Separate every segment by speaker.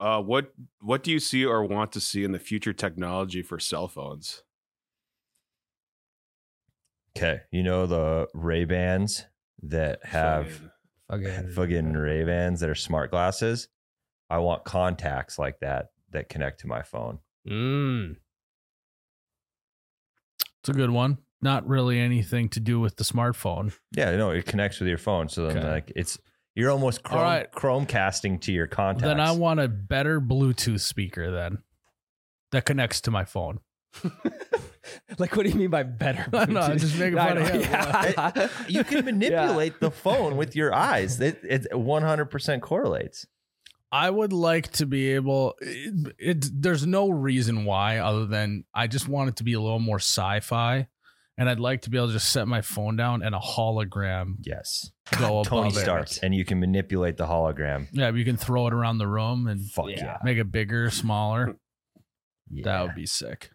Speaker 1: Uh, what what do you see or want to see in the future technology for cell phones?
Speaker 2: Okay, you know the Ray Bans that have
Speaker 1: Fucking-
Speaker 3: Fucking,
Speaker 2: fucking Ray Bans that are smart glasses. I want contacts like that that connect to my phone.
Speaker 3: Mm.
Speaker 4: It's a good one. Not really anything to do with the smartphone.
Speaker 2: Yeah, no, it connects with your phone, so then
Speaker 4: Okay.
Speaker 2: like it's you're almost Chrome,
Speaker 4: All right.
Speaker 2: Chromecasting to your contacts.
Speaker 4: Then I want a better Bluetooth speaker then that connects to my phone.
Speaker 3: like, what do you mean by better?
Speaker 4: I know, I'm just making fun
Speaker 3: I
Speaker 4: of
Speaker 3: know,
Speaker 4: him.
Speaker 3: yeah.
Speaker 2: you can manipulate the phone with your eyes. It it 100% correlates.
Speaker 4: I would like to be able. It, it- there's no reason why other than I just want it to be a little more sci-fi, and I'd like to be able to just set my phone down and a hologram
Speaker 2: Yes.
Speaker 4: go above
Speaker 2: Tony
Speaker 4: it.
Speaker 2: Stark and you can manipulate the hologram.
Speaker 4: Yeah, you can throw it around the room and
Speaker 2: Fuck
Speaker 3: Yeah.
Speaker 2: yeah.
Speaker 4: make it bigger, smaller. That
Speaker 2: Yeah.
Speaker 4: would be sick.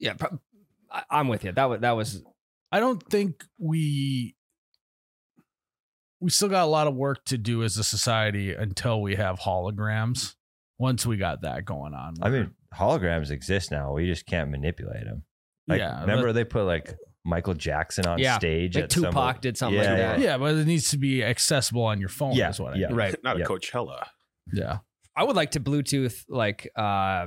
Speaker 3: yeah, prob- I, I'm with you. That was that was
Speaker 4: I don't think we we still got a lot of work to do as a society until we have holograms. Once we got that going on,
Speaker 2: I mean, holograms exist now. We just can't manipulate them. Like,
Speaker 4: Yeah,
Speaker 2: remember they put like Michael Jackson on
Speaker 3: Yeah,
Speaker 2: stage
Speaker 3: like
Speaker 2: at some-
Speaker 3: Tupac did something
Speaker 2: Yeah,
Speaker 3: like
Speaker 2: yeah.
Speaker 3: that.
Speaker 4: yeah, but it needs to be accessible on your phone.
Speaker 2: Yeah,
Speaker 4: is what I
Speaker 2: yeah.
Speaker 4: mean.
Speaker 3: Right.
Speaker 1: Not
Speaker 2: Yep.
Speaker 1: a Coachella.
Speaker 4: Yeah.
Speaker 3: I would like to Bluetooth like uh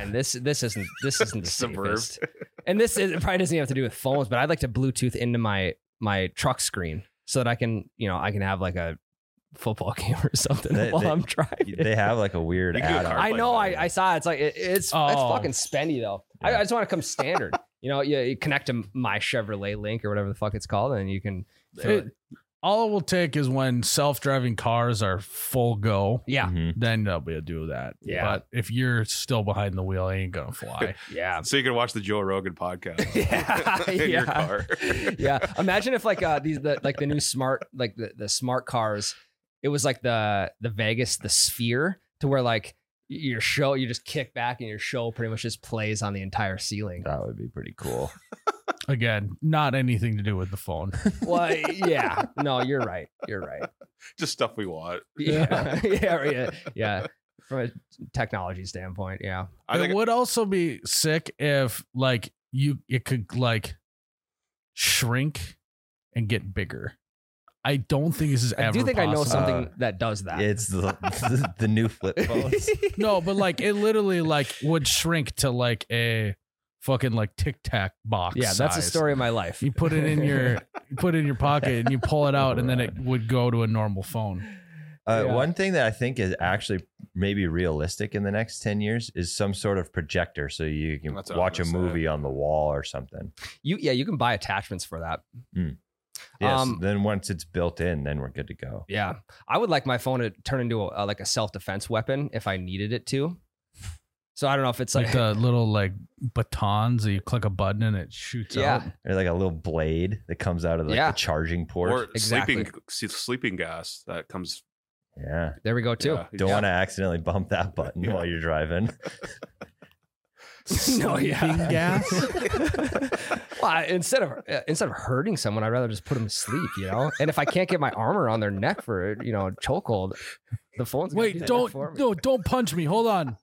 Speaker 3: and this this isn't this isn't the
Speaker 1: Suburb.
Speaker 3: safest. And this is, it probably doesn't have to do with phones, but I'd like to Bluetooth into my my truck screen so that I can, you know, I can have like a football game or something
Speaker 2: They-
Speaker 3: while
Speaker 2: they-
Speaker 3: I'm driving.
Speaker 2: They have like a weird
Speaker 1: You can do a
Speaker 2: add-on.
Speaker 1: car-
Speaker 3: I know
Speaker 1: like that.
Speaker 3: I, I saw it. it's like it, it's it's
Speaker 4: Oh.
Speaker 3: fucking spendy though. I,
Speaker 2: Yeah.
Speaker 3: I just want to come standard. you know, you, you connect to my Chevrolet Link or whatever the fuck it's called, and you can throw
Speaker 4: It- all it will take is when self-driving cars are full go,
Speaker 3: Yeah.
Speaker 2: Mhm.
Speaker 4: then they'll be able to do that.
Speaker 3: Yeah.
Speaker 4: But if you're still behind the wheel, it ain't gonna fly.
Speaker 3: Yeah.
Speaker 1: So you can watch the Joe Rogan podcast
Speaker 3: Um, Yeah,
Speaker 1: in
Speaker 3: yeah.
Speaker 1: your car.
Speaker 3: yeah. Imagine if like uh these the, like the new smart like the, the smart cars, it was like the the Vegas the Sphere to where like your show you just kick back and your show pretty much just plays on the entire ceiling.
Speaker 2: That would be pretty cool.
Speaker 4: Again, not anything to do with the phone.
Speaker 3: well, yeah. No, you're right. You're right.
Speaker 1: Just stuff we want.
Speaker 3: Yeah. yeah. Yeah. Yeah. From a technology standpoint, yeah.
Speaker 1: I
Speaker 4: it
Speaker 1: think
Speaker 4: would also be sick if like you it could like shrink and get bigger. I don't think this is
Speaker 3: I
Speaker 4: ever
Speaker 3: do think I know
Speaker 4: possible.
Speaker 2: some-
Speaker 3: something
Speaker 2: Uh,
Speaker 3: that does that.
Speaker 2: It's the, the, new flip phones.
Speaker 4: no, but like it literally like would shrink to like a fucking like tic tac box.
Speaker 3: yeah, that's the
Speaker 4: size.
Speaker 3: story of my life.
Speaker 4: You put it in your you put it in your pocket and you pull it out and then it would go to a normal phone.
Speaker 2: Uh,
Speaker 3: Yeah.
Speaker 2: One thing that I think is actually maybe realistic in the next 10 years is some sort of projector so you can
Speaker 1: That's what I was
Speaker 2: watch a
Speaker 1: gonna say.
Speaker 2: movie on the wall or something.
Speaker 3: You yeah, you can buy attachments for that.
Speaker 2: Yes.
Speaker 3: Um,
Speaker 2: then once it's built in, then we're good to go.
Speaker 3: Yeah, I would like my phone to turn into a, like a self defense weapon if I needed it to. So I don't know if it's
Speaker 4: It's like
Speaker 3: like,
Speaker 4: the little like batons that you click a button and it shoots out.
Speaker 3: yeah,
Speaker 2: Or like a little blade that comes out of like
Speaker 3: Yeah.
Speaker 2: the charging port.
Speaker 1: or
Speaker 3: Exactly.
Speaker 1: sleeping sleeping gas that comes
Speaker 2: yeah.
Speaker 3: there we go too.
Speaker 1: Yeah,
Speaker 2: Don't
Speaker 1: yeah.
Speaker 2: want to accidentally bump that button
Speaker 1: Yeah.
Speaker 2: while you're driving.
Speaker 3: No, yeah.
Speaker 4: Sleeping gas.
Speaker 3: Well, I, instead of uh, instead of hurting someone, I'd rather just put them to sleep, you know. And if I can't get my arm around their neck for you know chokehold, the phone's gonna do
Speaker 4: Wait,
Speaker 3: that
Speaker 4: don't
Speaker 3: for me.
Speaker 4: no, don't punch me. Hold on.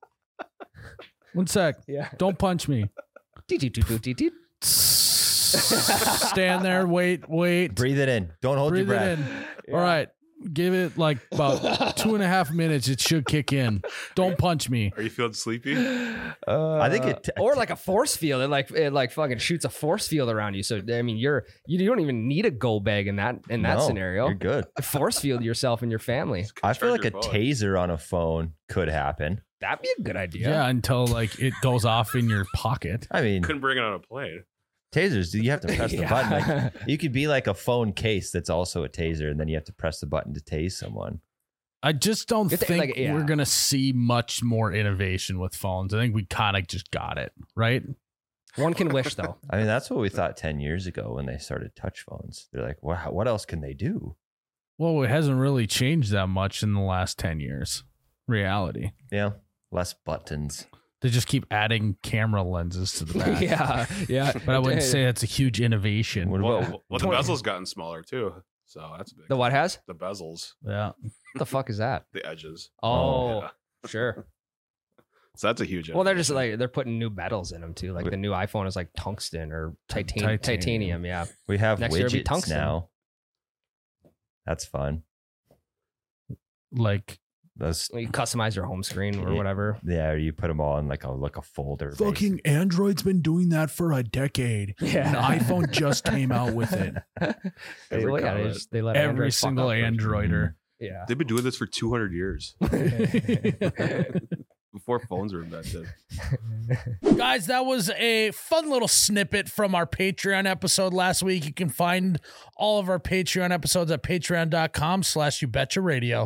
Speaker 4: One sec.
Speaker 3: yeah.
Speaker 4: Don't punch me.
Speaker 3: Dee, dee, doo, doo, dee, dee.
Speaker 4: Stand there, wait, wait.
Speaker 2: Breathe it in. Don't hold
Speaker 4: Breathe
Speaker 2: your
Speaker 4: it
Speaker 2: breath.
Speaker 4: in. All right. Give it like about two and a half minutes. It should kick in. Don't punch me.
Speaker 1: Are you feeling sleepy?
Speaker 2: I think it-
Speaker 3: or like a force field. It like it like fucking shoots a force field around you. So I mean, you're you don't even need a go bag in that in that
Speaker 2: No,
Speaker 3: scenario.
Speaker 2: You're good.
Speaker 3: force field yourself and your family.
Speaker 2: I feel
Speaker 1: Charge
Speaker 2: like a
Speaker 1: your phone.
Speaker 2: taser on a phone could happen.
Speaker 3: That'd be a good idea.
Speaker 4: Yeah. until like it goes off in your pocket.
Speaker 2: I mean,
Speaker 1: Couldn't bring it on a plane.
Speaker 2: tasers, you have to press the
Speaker 3: Yeah.
Speaker 2: button. Like, You could be like a phone case that's also a taser, and then you have to press the button to tase someone.
Speaker 4: I just don't
Speaker 3: It's,
Speaker 4: think
Speaker 3: like, yeah.
Speaker 4: we're gonna see much more innovation with phones. I think we kind of just got it right.
Speaker 3: One can wish though.
Speaker 2: I mean, that's what we thought 10 years ago when they started touch phones. They're like, wow, what else can they do?
Speaker 4: Well, it hasn't really changed that much in the last ten years. Reality.
Speaker 2: Yeah, less buttons.
Speaker 4: They just keep adding camera lenses to the back.
Speaker 3: yeah, yeah.
Speaker 4: But I wouldn't say that's a huge innovation.
Speaker 2: What
Speaker 1: Well,
Speaker 2: about
Speaker 1: well, the
Speaker 3: Twenty-
Speaker 1: bezel's gotten smaller too. So that's big.
Speaker 3: the what has
Speaker 1: The bezels,
Speaker 4: Yeah.
Speaker 3: the fuck is that?
Speaker 1: the edges.
Speaker 3: Oh,
Speaker 2: Oh.
Speaker 1: Yeah.
Speaker 3: sure.
Speaker 1: So that's a huge.
Speaker 5: Well, they're just
Speaker 1: innovation.
Speaker 5: like they're putting new metals in them too. Like
Speaker 2: Wait.
Speaker 5: the new iPhone is like tungsten or titan-
Speaker 4: Titanium.
Speaker 5: titanium. Yeah,
Speaker 2: We have
Speaker 5: Next year it'll be
Speaker 2: widgets
Speaker 5: tungsten.
Speaker 2: now. That's fun.
Speaker 4: Like
Speaker 2: Those,
Speaker 5: you customize your home screen or
Speaker 2: Yeah.
Speaker 5: whatever.
Speaker 2: yeah, you put them all in like a like a folder. basi-
Speaker 6: Fucking Android's been doing that for a decade.
Speaker 5: Yeah,
Speaker 6: And iPhone just came out with it.
Speaker 5: they, well, yeah, they,
Speaker 2: color.
Speaker 5: just, they let
Speaker 4: every
Speaker 5: Android fuck
Speaker 4: single
Speaker 5: up first.
Speaker 4: Androider.
Speaker 5: Yeah.
Speaker 1: They've been doing this for 200 years before phones were invented.
Speaker 4: Guys, that was a fun little snippet from our Patreon episode last week. You can find all of our Patreon episodes at patreon.com slash you betcha radio.